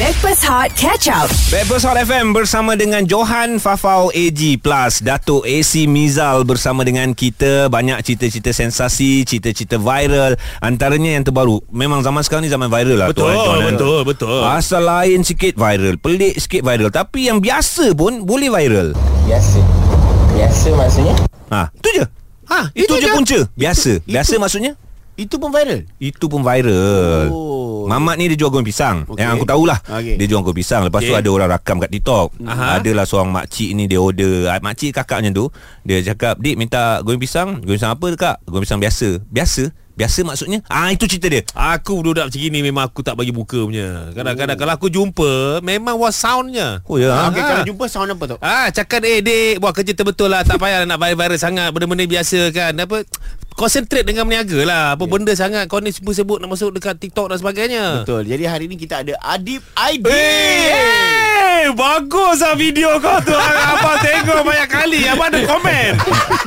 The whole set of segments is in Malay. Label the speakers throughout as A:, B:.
A: Breakfast Hot Catch Up.
B: Bebas Hot FM bersama dengan Johan Fafau AG Plus Datuk AC Mizal bersama dengan kita Banyak cerita-cerita sensasi, cerita-cerita viral Antaranya yang terbaru Memang zaman sekarang ni zaman viral lah
C: Betul,
B: Tuan, Tuan,
C: betul, betul.
B: Asal lain sikit viral, pelik sikit viral Tapi yang biasa pun boleh viral
D: Biasa Biasa maksudnya
B: Ha, tu je
C: Ha,
B: Itu, je punca Biasa,
C: itu-
B: biasa maksudnya
C: Itu pun viral.
B: itu pun viral
C: Oh.
B: Mamat ni dia jual goreng pisang okay.
C: Okey.
B: Yang aku tahulah okay.
C: Okey.
B: Dia jual goreng pisang Lepas okay. tu
C: Okey.
B: ada orang rakam kat TikTok
C: Aha.
B: Adalah seorang makcik ni Dia order Ah, Makcik kakaknya tu Dia cakap Dik minta goreng pisang Goreng pisang apa kak? Goreng pisang biasa Biasa? Biasa maksudnya? Ah Itu cerita dia
C: Aku budak macam gini memang aku tak bagi muka punya. Kadang-kadang kalau aku jumpa memang was soundnya.
B: Oh ya ha?
C: Okay,
E: Okey,
C: Ah.
E: kalau jumpa sound apa tu?
C: Ah, cakap eh dek buat kerja terbetul lah tak payah nak viral-viral sangat benda-benda biasa kan. Apa concentrate dengan meniaga
B: Ya.
C: lah. Apa yeah. benda sangat kau ni sebut-sebut nak masuk dekat TikTok dan sebagainya.
E: Betul. Jadi hari ni kita ada Adib ID.
C: Eh, bagus lah video kau tu Ah, Abang tengok banyak kali Abang ada komen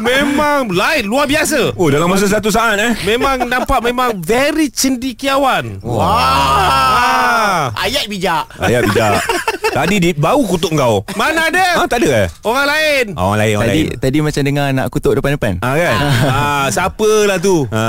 C: Memang lain Luar biasa
B: Oh dalam masa satu saat eh
C: Memang nampak Memang very cendikiawan
B: Oh. Ah.
E: Wah. Ah. Ayat bijak.
B: Ayah bijak Tadi di, baru kutuk kau Ha
C: Mana ada
B: tak ada eh?
C: Orang lain
B: Ah, Orang lain orang
F: Tadi
B: lain
F: tadi macam dengar nak kutuk depan-depan.
B: Ha kan?
C: Ah, siapalah tu
B: Ha.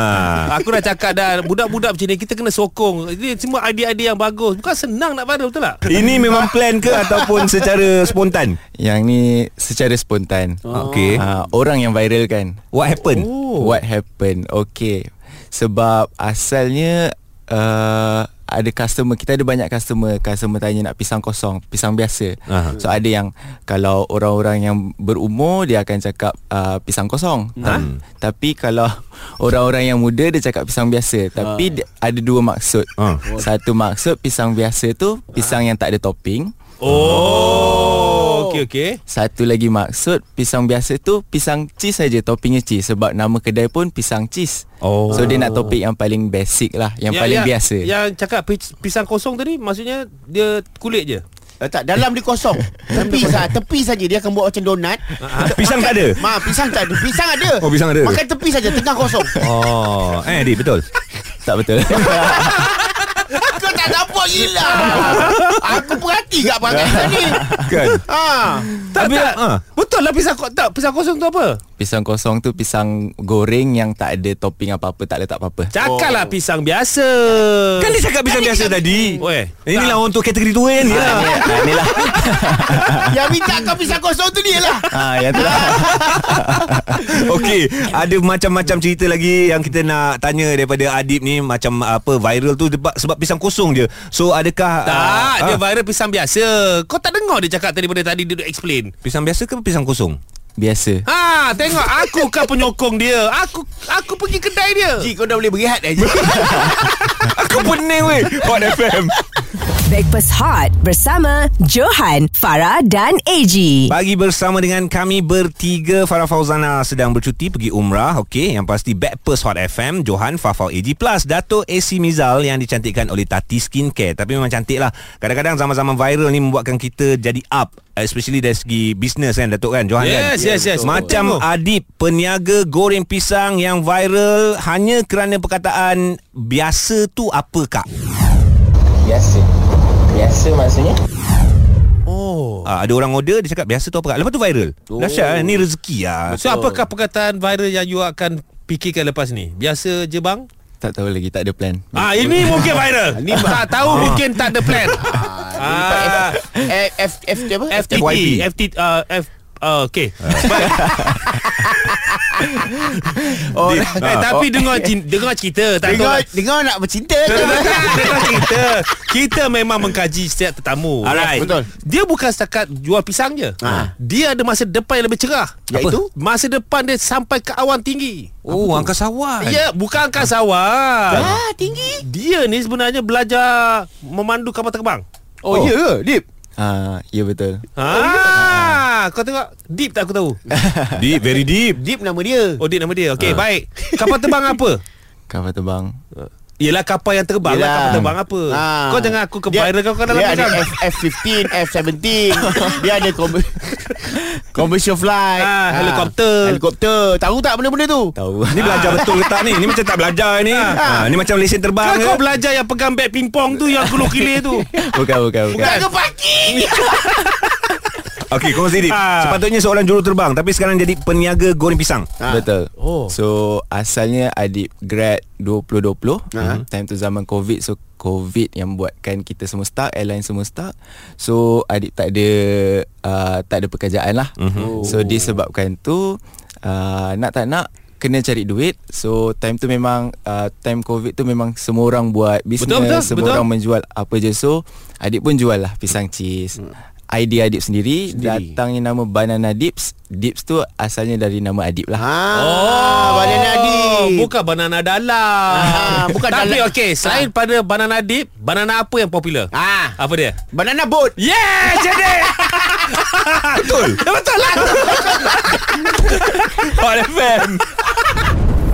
C: Aku dah cakap dah Budak-budak macam ni Kita kena sokong Ini semua idea-idea yang bagus Bukan senang nak viral betul tak?
B: Ini memang plan ke ataupun secara spontan?
F: Yang ni secara spontan.
B: Okay.
F: Uh, orang yang viral kan.
B: What happened?
F: Oh. What happened? Okay. Sebab asalnya uh, ada customer kita ada banyak customer customer tanya nak pisang kosong pisang biasa
B: Aha.
F: so ada yang kalau orang-orang yang berumur dia akan cakap uh, pisang kosong ha? tapi kalau orang-orang yang muda dia cakap pisang biasa tapi dia- ada dua maksud
B: Ah.
F: satu maksud pisang biasa tu pisang yang tak ada topping
C: Oh, okey okey.
F: Satu lagi maksud Pisang biasa tu Pisang cheese saja Toppingnya cheese Sebab nama kedai pun Pisang cheese
B: Oh.
F: So dia nak topik yang paling basic lah
E: Ya,
F: Yang paling biasa
C: Yang cakap pis- pisang kosong tadi maksudnya dia kulit je.
E: Eh, tak dalam dia kosong. Tepi sah, tepi saja dia akan buat macam donat.
B: Pisang tak ada?
E: Ma, pisang tak ada. Pisang ada.
B: Ah. Oh, pisang ada.
E: Makan tepi saja tengah kosong.
B: Oh, eh Adi betul.
F: Tak betul
E: Kau tak nampak gila. Aku perhati kat perangai kau ni.
B: Kan?
E: Ha.
C: Tak,
B: Habis-
C: tak.
B: ha.
C: Betul lah pisang ko- tak pisang kosong tu apa?
F: Pisang kosong tu Pisang goreng yang tak ada topping apa-apa Tak letak apa-apa
C: Cakaplah oh. pisang biasa.
B: Kan dia cakap pisang biasa tadi.
C: Weh,
B: Inilah orang tu kategori tu kan. Ya.
E: Yang minta kau pisang kosong tu dia lah.
F: Ah, yang tu lah
B: Okey, ada macam-macam cerita lagi yang kita nak tanya daripada Adib ni macam apa viral tu sebab, sebab pisang kosong je. So adakah
C: tak,
B: ah,
C: dia
B: ah,
C: viral pisang biasa. Kau tak dengar dia cakap tadi daripada tadi dia duk explain.
B: pisang biasa ke pisang kosong?
F: Biasa
C: Ha, tengok aku kan penyokong dia. Aku aku pergi kedai dia.
E: Ji, kau dah boleh eh, berehat dah. Ji.
B: Aku pening weh. Hot FM.
A: Breakfast Hot bersama Johan, Farah dan AG.
B: Pagi bersama dengan kami bertiga Farah Fauzana sedang bercuti pergi umrah Okey, yang pasti Backpers Hot FM Johan Fafau AG Plus Dato' AC Mizal yang dicantikkan oleh Tati Skincare Tapi memang cantik lah Kadang-kadang zaman-zaman viral ni membuatkan kita jadi up Especially dari segi bisnes kan Dato' kan Johan
C: Yes,
B: kan
C: yes, yes.
B: Macam
C: Betul.
B: Adib Peniaga goreng pisang yang viral Hanya kerana perkataan Biasa tu apa kak?
D: Biasa Biasa maksudnya
C: Oh.
B: Ah, ada orang order dia cakap biasa tu apa kak? Lepas tu viral oh. Dahsyat kan? Ni rezeki lah
C: So apakah perkataan viral yang you akan fikirkan lepas ni? Biasa je bang?
F: Tak tahu lagi Tak ada plan
C: Ah ini mungkin viral. Ni tak tahu mungkin tak ada plan. Ah,
E: Eh, F, F, F, apa?
B: FYP.
C: FTT, FT, uh, F, uh, okay.
F: Oh,
C: eh, tapi dengar cin- dengar cerita tak
E: Dengar,
C: tahu.
E: dengar nak bercinta ke?
C: Dengar cerita Kita memang mengkaji setiap tetamu
B: Alright.
E: Betul.
C: Dia bukan setakat jual pisang je
E: Ha.
C: Dia ada masa depan yang lebih cerah
E: Iaitu?
C: Masa depan dia sampai ke awan tinggi
B: Oh, angkasawan
C: Ya, bukan angkasawan
E: Ah, tinggi.
C: Dia ni sebenarnya belajar memandu kapal terbang
E: Oh, ya ke, Dip?
F: ah, Ya betul
E: Oh, ya.
C: Ah, Eh. kau tengok deep tak aku tahu.
B: Deep, very deep
E: Dip nama dia. Ah.
C: Oh, deep nama dia. Okey, baik. Kapal terbang apa?
F: Kapal terbang
C: Yelah kapal yang terbang Yelah. lah Kapal terbang apa ha. Kau jangan aku ke viral kau kau dalam
E: Ah. Dia
C: kan
E: ada F, F-15 F-17 Dia ada com- Commercial flight Ha.
C: Ah, helikopter.
E: Helikopter Tahu tak benda-benda tu?
F: Tahu
B: Ni belajar betul ke tak ni? Ni macam tak belajar ni. Ha, ni macam lesen
C: Kau,
B: terbang ke?
C: kau belajar yang pegang beg pingpong tu Yang gulung kilir tu
F: Bukan bukan bukan
E: Tak ke parking
B: Okey, kau sendiri.
C: Ha.
B: Sepatutnya seorang juruterbang tapi sekarang jadi peniaga goreng pisang.
F: Betul
C: Oh.
F: So asalnya adik grad 2020
C: Ah.
F: hmm, Time tu zaman covid So covid yang buatkan kita semua stuck Airline semua stuck So adik tak ada uh, Tak ada pekerjaan lah
C: Mhm.
F: So disebabkan tu uh, Nak tak nak Kena cari duit So time tu memang uh, Time covid tu memang Semua orang buat business
C: Betul, betul,
F: Semua
C: betul.
F: orang menjual apa je So adik pun jual lah pisang cheese
C: Hmm.
F: Idea Adib sendiri, sendiri Datangnya nama Banana Dips Dips tu asalnya dari nama Adib lah
E: ha, oh, Banana Adi
C: Bukan banana dalam
E: Ah, bukan
C: Tapi
E: dalam.
C: okey Selain pada banana dip Banana apa yang popular?
E: Ah.
C: Apa dia?
E: Banana boat
C: Yeah jadi Betul Betul lah Hot FM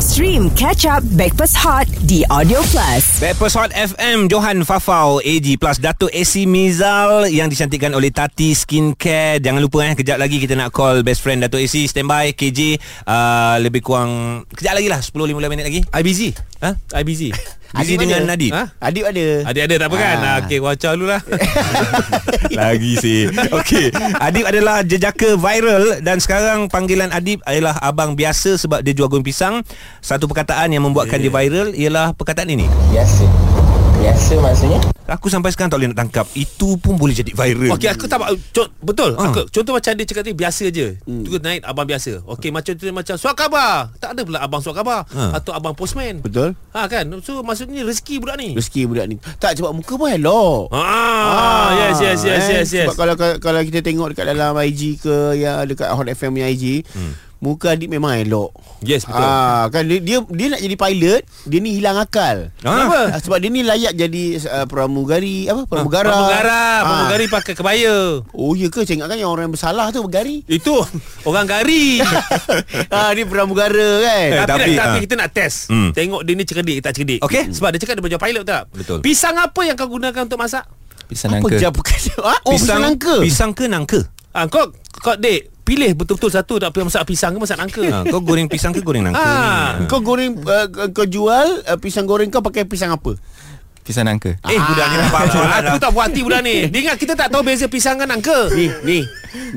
A: Stream Catch Up Backpass Hot di Audio Plus.
B: Backpast Hot FM Johan Fafau AG Plus Dato' AC Mizal Yang dicantikkan oleh Tati Skincare Jangan lupa eh Kejap lagi kita nak call Best friend Dato' AC Standby KJ uh, Lebih kurang Kejap lagi lah 10-15 minit lagi
C: I busy
E: Ah.
B: Ha?
C: I busy
B: Busy dengan Nadib
C: Ha?
E: Adik ada
C: Adik ada tak apa kan? Ah. Okey, wacau dulu lah.
B: Lagi sih Okey Adib adalah jejaka viral Dan sekarang panggilan Adib Adalah abang biasa Sebab dia jual goreng pisang Satu perkataan yang membuatkan yeah. dia viral Ialah perkataan ini
D: Biasa Biasa maksudnya
B: Aku sampai sekarang tak boleh nak tangkap Itu pun boleh jadi viral
C: Okey, aku tak faham. Co- betul.
B: Ah.
C: Aku, contoh macam dia cakap tadi biasa je. Hmm. Tu naik abang biasa. Okey, macam tu dia macam surat khabar. Tak ada pula abang surat khabar
B: Ah.
C: atau abang postman.
E: Betul
C: Ha kan? So maksudnya rezeki budak ni.
E: Rezeki budak ni Tak sebab muka pun hello
C: Ah, ah, yes yes yes yes yes.
E: Eh, Sebab kalau kalau kita tengok dekat dalam IG ke ya dekat Hot FM punya IG, hmm. muka adik memang elok.
C: Yes, betul.
E: Ah kan dia, dia dia nak jadi pilot, dia ni hilang akal.
B: Ah.
E: Kenapa? Ah, sebab dia ni layak jadi uh, pramugari, apa pramugara.
C: Ah, Pramugara,
E: Ah.
C: pramugari pakai kebaya.
E: Oh ya ke? Saya ingatkan yang orang yang bersalah tu bergari.
C: Itu orang gari.
E: ah dia pramugara kan.
B: Eh,
C: tapi, tapi,
B: tapi,
C: tapi
B: ah.
C: kita nak test.
B: Hmm.
C: Tengok dia ni cerdik ke tak cerdik.
B: Okey.
C: Sebab dia cakap dia boleh jual pilot tak?
B: Betul.
C: Pisang apa yang kau gunakan untuk masak?
F: Pisang
E: Apa
F: nangka
E: jap bukan? Ah, oh pisang nangka.
B: Pisang ke nangka?
C: Ah, kau kau dek pilih betul-betul satu tak payah masak pisang ke masak nangka.
B: Ha, kau goreng pisang ke goreng nangka?
C: Ah.
B: ni?
E: Kau goreng uh, kau jual uh, pisang goreng kau pakai pisang apa?
F: Pisang nangka
B: Eh budak ni tak faham soalan
C: Ah. Aku tak puas hati budak ni Dia ingat kita tak tahu beza pisang dengan nangka
E: Ni ni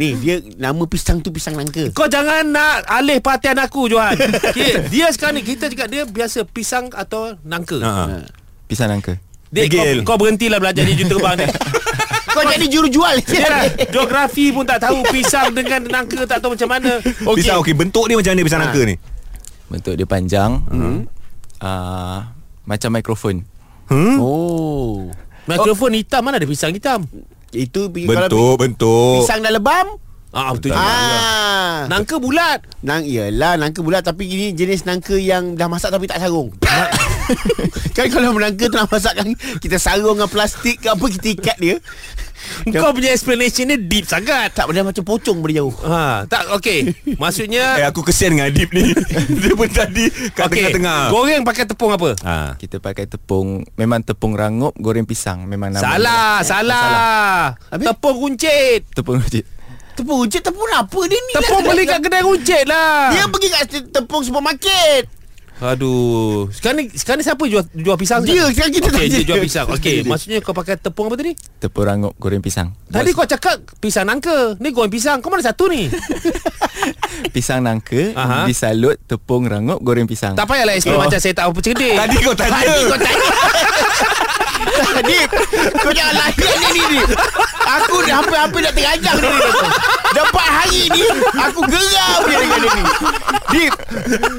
E: ni dia nama pisang tu pisang nangka.
C: Kau jangan nak alih perhatian aku Johan okay, Dia sekarang ni Kita cakap dia biasa pisang atau nangka
B: Ha, ha.
F: Pisang nangka
C: Dek,
B: Degil.
C: kau, kau berhentilah belajar di juruterbang ni
E: Kau jadi juru jual.
C: Dia dah geografi pun tak tahu Pisang dengan nangka tak tahu macam mana
E: Okey.
B: Pisang okey bentuk dia macam mana
C: Ah.
B: pisang nangka ni?
F: Bentuk dia panjang
C: Mhm.
F: hmm. uh, Macam mikrofon
B: Hmm?
E: Oh.
C: Mikrofon hitam mana ada pisang hitam
E: Itu pi- kalau
B: Bentuk
E: pi-
B: bentuk.
E: pisang dah lebam.
C: Ah betul juga
E: Ah. Nang,
C: Nangka bulat
E: nang iyalah nangka bulat tapi ini jenis nangka yang dah masak tapi tak sarung. kan kalau menangka tu nak masak kan kita sarung dengan plastik ke apa kita ikat dia.
C: Kau punya explanation ni deep sangat
E: Tak benda macam pocong berjauh.
C: Ha, tak okey. Maksudnya
B: Eh aku kesian dengan Adib ni. dia pun tadi kat
C: okey,
B: tengah-tengah.
C: Goreng pakai tepung apa?
B: Ha.
F: Kita pakai tepung Memang tepung rangup Goreng pisang Memang nama
C: Salah, salah.
E: Habis?
C: Tepung runcit.
F: dia. Tepung rujit
E: Tepung je tepung apa dia ni?
C: Tepung
E: Lah.
C: beli kat kedai runcit lah.
E: Dia pergi kat te- tepung supermarket.
C: Aduh. Sekarang ni sekarang ni siapa jual jual pisang?
E: Dia, sekarang kita
C: okay,
E: tak
C: dia
E: ada.
C: jual pisang. Okey,
E: Dia.
C: maksudnya kau pakai tepung apa tadi?
F: Tepung rangup Goreng pisang
C: Tadi kau cakap pisang nangka. Ni goreng pisang. Kau mana satu ni?
F: Pisang nangka
C: Aha.
F: Disalut Tepung rangup Goreng pisang
C: tak payahlah explain macam saya tak apa cerdik.
B: Eh, Tadi kau tanya.
E: Oh. Tadi kau tanya Adib Kau jangan layan ni ni Aku dah hampir-hampir dah terajang ni ni. Dah empat hari ni Aku gerau dia dengan dia ni Dip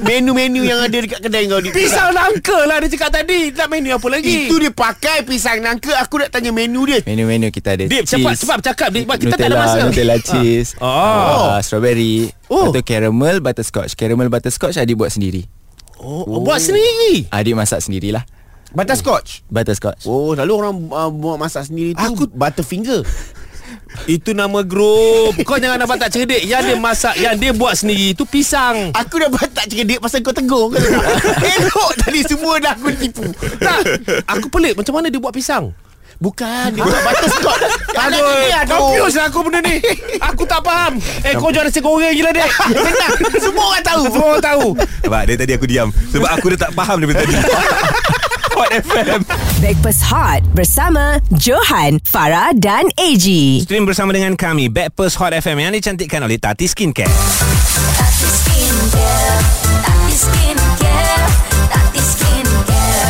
E: Menu-menu yang ada dekat kedai kau ni
C: Pisang nangka lah dia cakap tadi. Nak menu apa lagi?
E: Itu dia pakai pisang nangka Aku nak tanya menu dia
F: Menu-menu kita ada
C: Dip,
F: Cheese,
C: cepat cepat cakap Dip. Sebab Kita tak ada
F: Nutella,
C: masa.
F: Nutella cheese
C: Ah. Oh.
F: ah, Strawberry
C: Oh.
F: oh. Lepas tu caramel Butterscotch Caramel butterscotch Adik buat sendiri
C: Oh, oh, buat sendiri.
F: Adik masak sendirilah
E: Butterscotch
F: Butterscotch
E: Oh lalu orang uh, buat masak sendiri tu Aku Butterfinger
C: Itu nama grup Kau jangan nampak tak cerdik Yang dia masak Yang dia buat sendiri Itu pisang
E: Aku dah buat tak cerdik pasal kau tegur kau tahu tak? Elok tadi semua dah aku tipu.
C: Tak Aku pelik Macam mana dia buat pisang
E: Bukan dia buat butterscotch. Anak ni ah, aduh.
C: Confused lah aku benda ni Aku tak faham Eh kau jangan nasi goreng gila dek
E: Senang. Semua orang tahu.
C: Semua orang tahu
B: Sebab dari tadi aku diam Sebab aku dah tak faham daripada tadi Hot FM
A: Breakfast Hot bersama Johan, Farah dan AG.
B: Stream bersama dengan kami Backpast Hot FM Yang dicantikkan oleh Tati Skincare
G: Tati Skincare, Tati Skincare, Tati Skincare,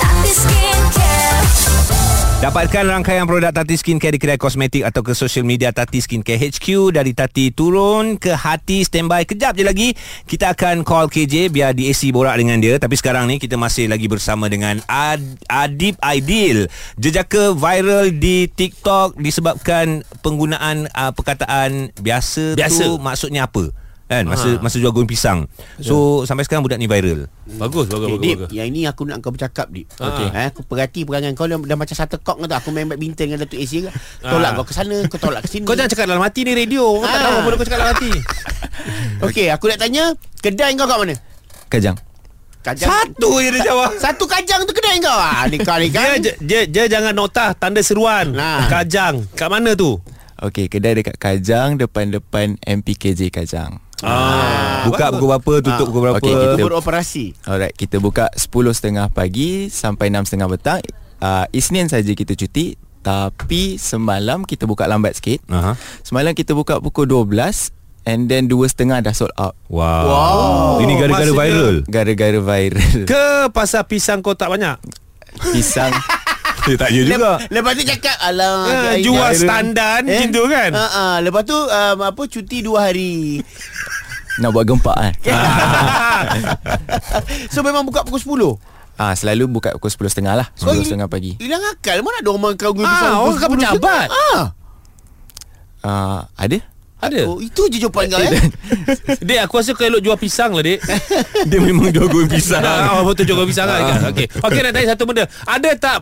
G: Tati Skincare.
B: Dapatkan rangkaian produk Tati Skincare Di kedai kosmetik Atau ke social media Tati Skincare HQ Dari Tati turun ke hati Standby Kejap je lagi Kita akan call KJ Biar DAC borak dengan dia Tapi sekarang ni Kita masih lagi bersama dengan Ad- Adib Aidil Jejaka viral di TikTok Disebabkan penggunaan uh, perkataan Biasa,
C: Biasa.
B: tu Maksudnya apa Kan masa ha. masa jual goreng pisang. So sampai sekarang budak ni viral.
C: Bagus bagus
E: Okay,
C: bagus,
E: Eh, Dip,
C: bagus.
E: yang ini aku nak kau bercakap, Dip.
C: Okey.
E: Ha, aku perhati perangai kau dah, dah macam satu kok kau tu. Aku main badminton dengan Datuk Asia. Tolak
C: Ah.
E: kau ke sana, kau tolak ke sini.
C: Kau jangan cakap dalam hati ni radio Kau tak
E: Ah.
C: tahu apa benda kau cakap dalam hati
E: Okey, aku nak tanya, kedai kau kat mana?
F: Kajang
E: Kajang.
B: je dia jawab.
E: Satu kajang tu kedai kau. Ah, ni kau ni
C: lah. dia,
E: kan.
C: dia, dia, dia jangan notah Tanda seruan
E: Nah.
C: Kajang Kat mana tu
F: Okey, kedai dekat Kajang Depan-depan MPKJ Kajang
C: Ah,
B: Buka pukul berapa, tutup
E: Ah,
B: pukul berapa.
F: okey,
E: Kita
F: Kita-
E: beroperasi.
F: Alright, kita buka 10.30 pagi sampai 6.30 petang. Uh, Isnin saja kita cuti, tapi semalam kita buka lambat sikit.
B: Aha.
F: Semalam kita buka pukul 12 and then 2.30 dah sold out
B: Wow. wow. Ini gara-gara
C: Maksudnya-
B: viral.
F: gara-gara viral.
C: Ke pasal pisang kau tak banyak
F: Pisang
B: Eh, tak ya juga.
E: Lep- lepas tu cakap alah
C: Ah,
E: dia-
C: Jual
E: dia-
C: standan Gitu kan
E: Ha ah, lepas tu um, apa cuti dua hari.
F: nak buat gempak kan.
E: so memang buka pukul 10.
F: Ah, selalu buka pukul 10.30 lah.
E: Kau hil-
F: 10.30 pagi.
E: Hilang akal mana ada orang kau guna
C: Ah, orang kat pejabat.
E: Ah.
F: Ah, ada?
C: Ada
E: Oh, itu je jawapan kau eh.
C: Dek aku rasa kau elok jual pisang lah dek
B: Dia memang jual goreng pisang.
C: Ah, betul jual pisang lah kan? Okey Okey nak tanya satu benda Ada tak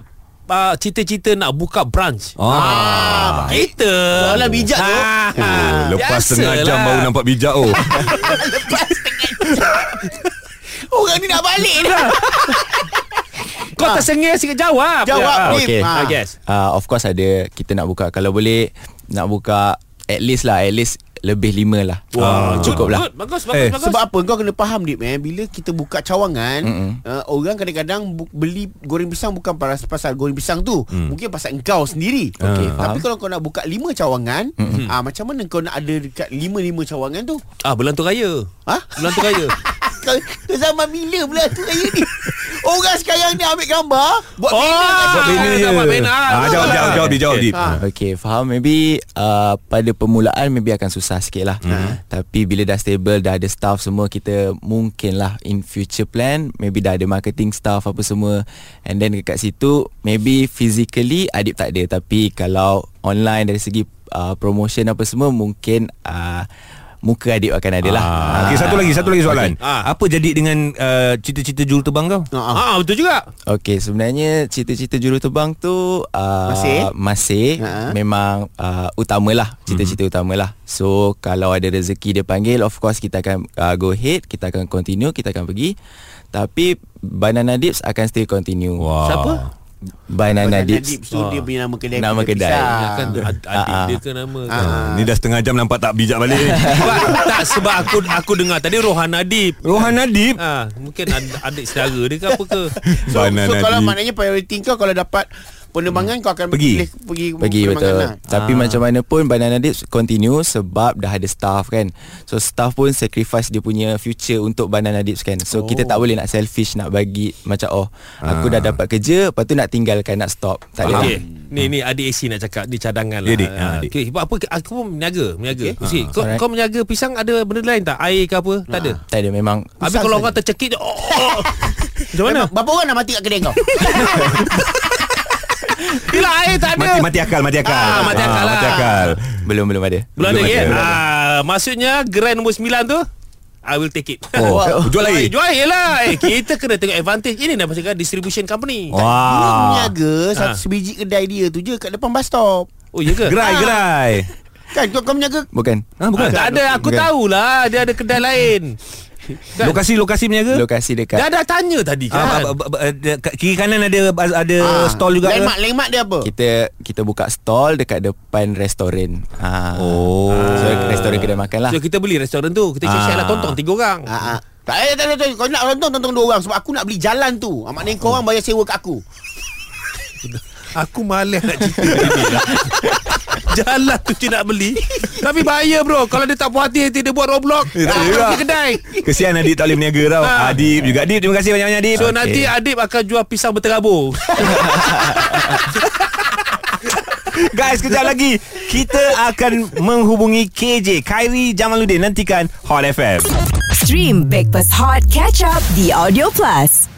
C: uh, Cita-cita nak buka branch
B: Ah.
C: Kita
E: Soalan bijak tu.
C: Ah.
B: Oh, lepas
C: biasalah.
B: setengah jam baru nampak bijak oh.
E: Orang ni nak balik dah.
C: Kau tersengih sikit jawab
E: Jawab
B: Ya,
C: Ah,
E: ni.
F: okey.
E: Ah.
C: I guess
F: Uh, of course ada kita nak buka kalau boleh nak buka at least lah at least lebih lima lah wow. cukup lah
C: Good Bagus bagus
B: Ah, Eh,
C: bagus
E: Sebab apa kau kena faham Dip eh bila kita buka cawangan uh, orang kadang-kadang bu- beli goreng pisang bukan pas- pasal goreng pisang tu mm. mungkin pasal engkau sendiri
F: Okey,
E: tapi
F: faham.
E: kalau kau nak buka lima cawangan mm-hmm. uh, macam mana kau nak ada dekat lima-lima cawangan tu
C: Ah bulan tu raya
E: ha
C: Bulan tu raya
E: kau tu zaman bila pula tu raya ni orang sekarang ni ambil gambar buat lah.
C: Oh, buat
B: Bina Ah. je.
C: Buat bina
B: Ah, jawab jawab jawab dia jawab deep.
E: Ha.
F: Ah, Okay faham Maybe uh, Pada permulaan Maybe akan susah sikit lah hmm. Tapi bila dah stable Dah ada staff semua Kita mungkin lah In future plan Maybe dah ada marketing staff Apa semua And then dekat situ Maybe physically Adib tak ada Tapi kalau Online dari segi uh, Promotion apa semua Mungkin uh, Muka Adib akan ada lah
B: Ah. Okey, satu lagi, satu lagi soalan.
C: Okey. Ah.
B: Apa jadi dengan uh, cita-cita juruterbang kau?
E: Ha, ha.
C: Ah betul juga
F: Okey, sebenarnya cita-cita juruterbang tu uh,
E: Masih?
F: masih
E: Ha. Mhm.
F: memang uh, utamalah, cita-cita utamalah. So kalau ada rezeki dia panggil, of course kita akan uh, go ahead, kita akan continue, kita akan pergi. Tapi Banana Dips akan still continue.
B: Wow. Siapa?
F: Banana, Banana Dips.
E: Dips tu dia punya nama kedai
F: Nama kedai.
B: Ah.
E: pisang.
C: Ya, kan ad- adik
F: Ah, ah.
C: dia ke nama
E: Ah,
C: kan.
B: Ni dah setengah jam nampak tak bijak balik ni.
C: Sebab, tak sebab aku aku dengar tadi Rohan Adib.
B: Rohan Adib.
C: Ah, mungkin ad- adik saudara dia ke apa ke?
E: So, so
B: Banana
E: kalau
B: Dips.
E: maknanya prioriti kau kalau dapat penerbangan kau akan
B: Pergi.
E: pilih pergi
F: Pergi betul.
E: penerbangan lah.
F: Tapi macam mana pun Banana Dips continue sebab dah ada staff kan. So staff pun sacrifice dia punya future untuk Banana Dips kan. So oh. kita tak boleh nak selfish nak bagi macam oh aku dah dapat kerja lepas tu nak tinggalkan nak stop. Tak boleh.
C: Okey.
B: Ha.
C: Ni ni adik AC nak cakap Ni cadangan lah
B: Ya, Dik. Ah,
C: Ah,
B: Dik.
C: Okey, sebab apa Aku pun meniaga Meniaga okay.
B: Ha.
C: kau,
F: Alright.
C: kau meniaga pisang Ada benda lain tak? Air ke apa? Tak ada
F: Tak ada memang
C: Habis kalau orang tercekik je, oh, oh. Macam mana?
E: Berapa orang dah mati kat kedai kau?
C: Bila air tak ada
B: Mati mati akal, mati akal.
C: Ah, mati akal
B: Ah,
C: lah.
B: Mati akal.
F: belum belum ada.
C: Belum ada
B: Belum
C: kan?
B: ada.
C: Ah, maksudnya Grand nombor 9 tu I will take it
B: Oh, jual
C: Eh,
B: air.
C: jual air lah eh, Kita kena tengok advantage Ini
B: Oh.
C: dah
B: Ah.
C: maksudkan distribution company
E: Dia
B: Wah. Ah.
E: meniaga satu sebiji kedai dia tu je kat depan bus stop.
C: Oh ya ke?
B: Gerai gerai
E: Kan kau, kau menjaga
F: Bukan
B: Ha, bukan?
C: Tak ada Aku
F: Bukan.
C: tahulah Dia ada kedai lain Kan?
B: Lokasi-lokasi menjaga
F: Lokasi
C: Dah
F: dekat
C: dah tanya tadi
B: Ah,
C: kan
B: ba- ba- ba- ada- Kiri kanan ada ada stall juga ke?
E: Landmark, landmark Ah. dia apa?
F: kita kita buka stall dekat depan restoran. Ha.
B: Oh.
F: So restoran kedai makan lah.
C: So kita beli restoran
B: Ah.
C: tu Kita share-share lah Tonton tiga orang
E: Ah, ah. Tak payah, tak payah, tak payah. Kau nak tonton, tonton dua orang Sebab aku nak beli jalan tu ah, Maknanya
B: Oh.
E: kau orang bayar sewa kat aku
C: Aku malas nak cerita macam ni lah. Jalan tu je nak beli Tapi bahaya bro Kalau dia tak puas hati Nanti dia buat roblox
B: Eh, tak
C: Ah,
B: boleh lah.
C: pergi kedai
B: Kesian Adib tak boleh meniaga tau
C: Ah.
B: Adib juga Adib terima kasih banyak-banyak Adib
C: So okay. nanti Adib akan jual pisang berterabur
B: Guys kejap lagi Kita akan menghubungi KJ Khairi Jamaluddin Nantikan Hot FM
A: Stream Breakfast Hot Catch Up The Audio Plus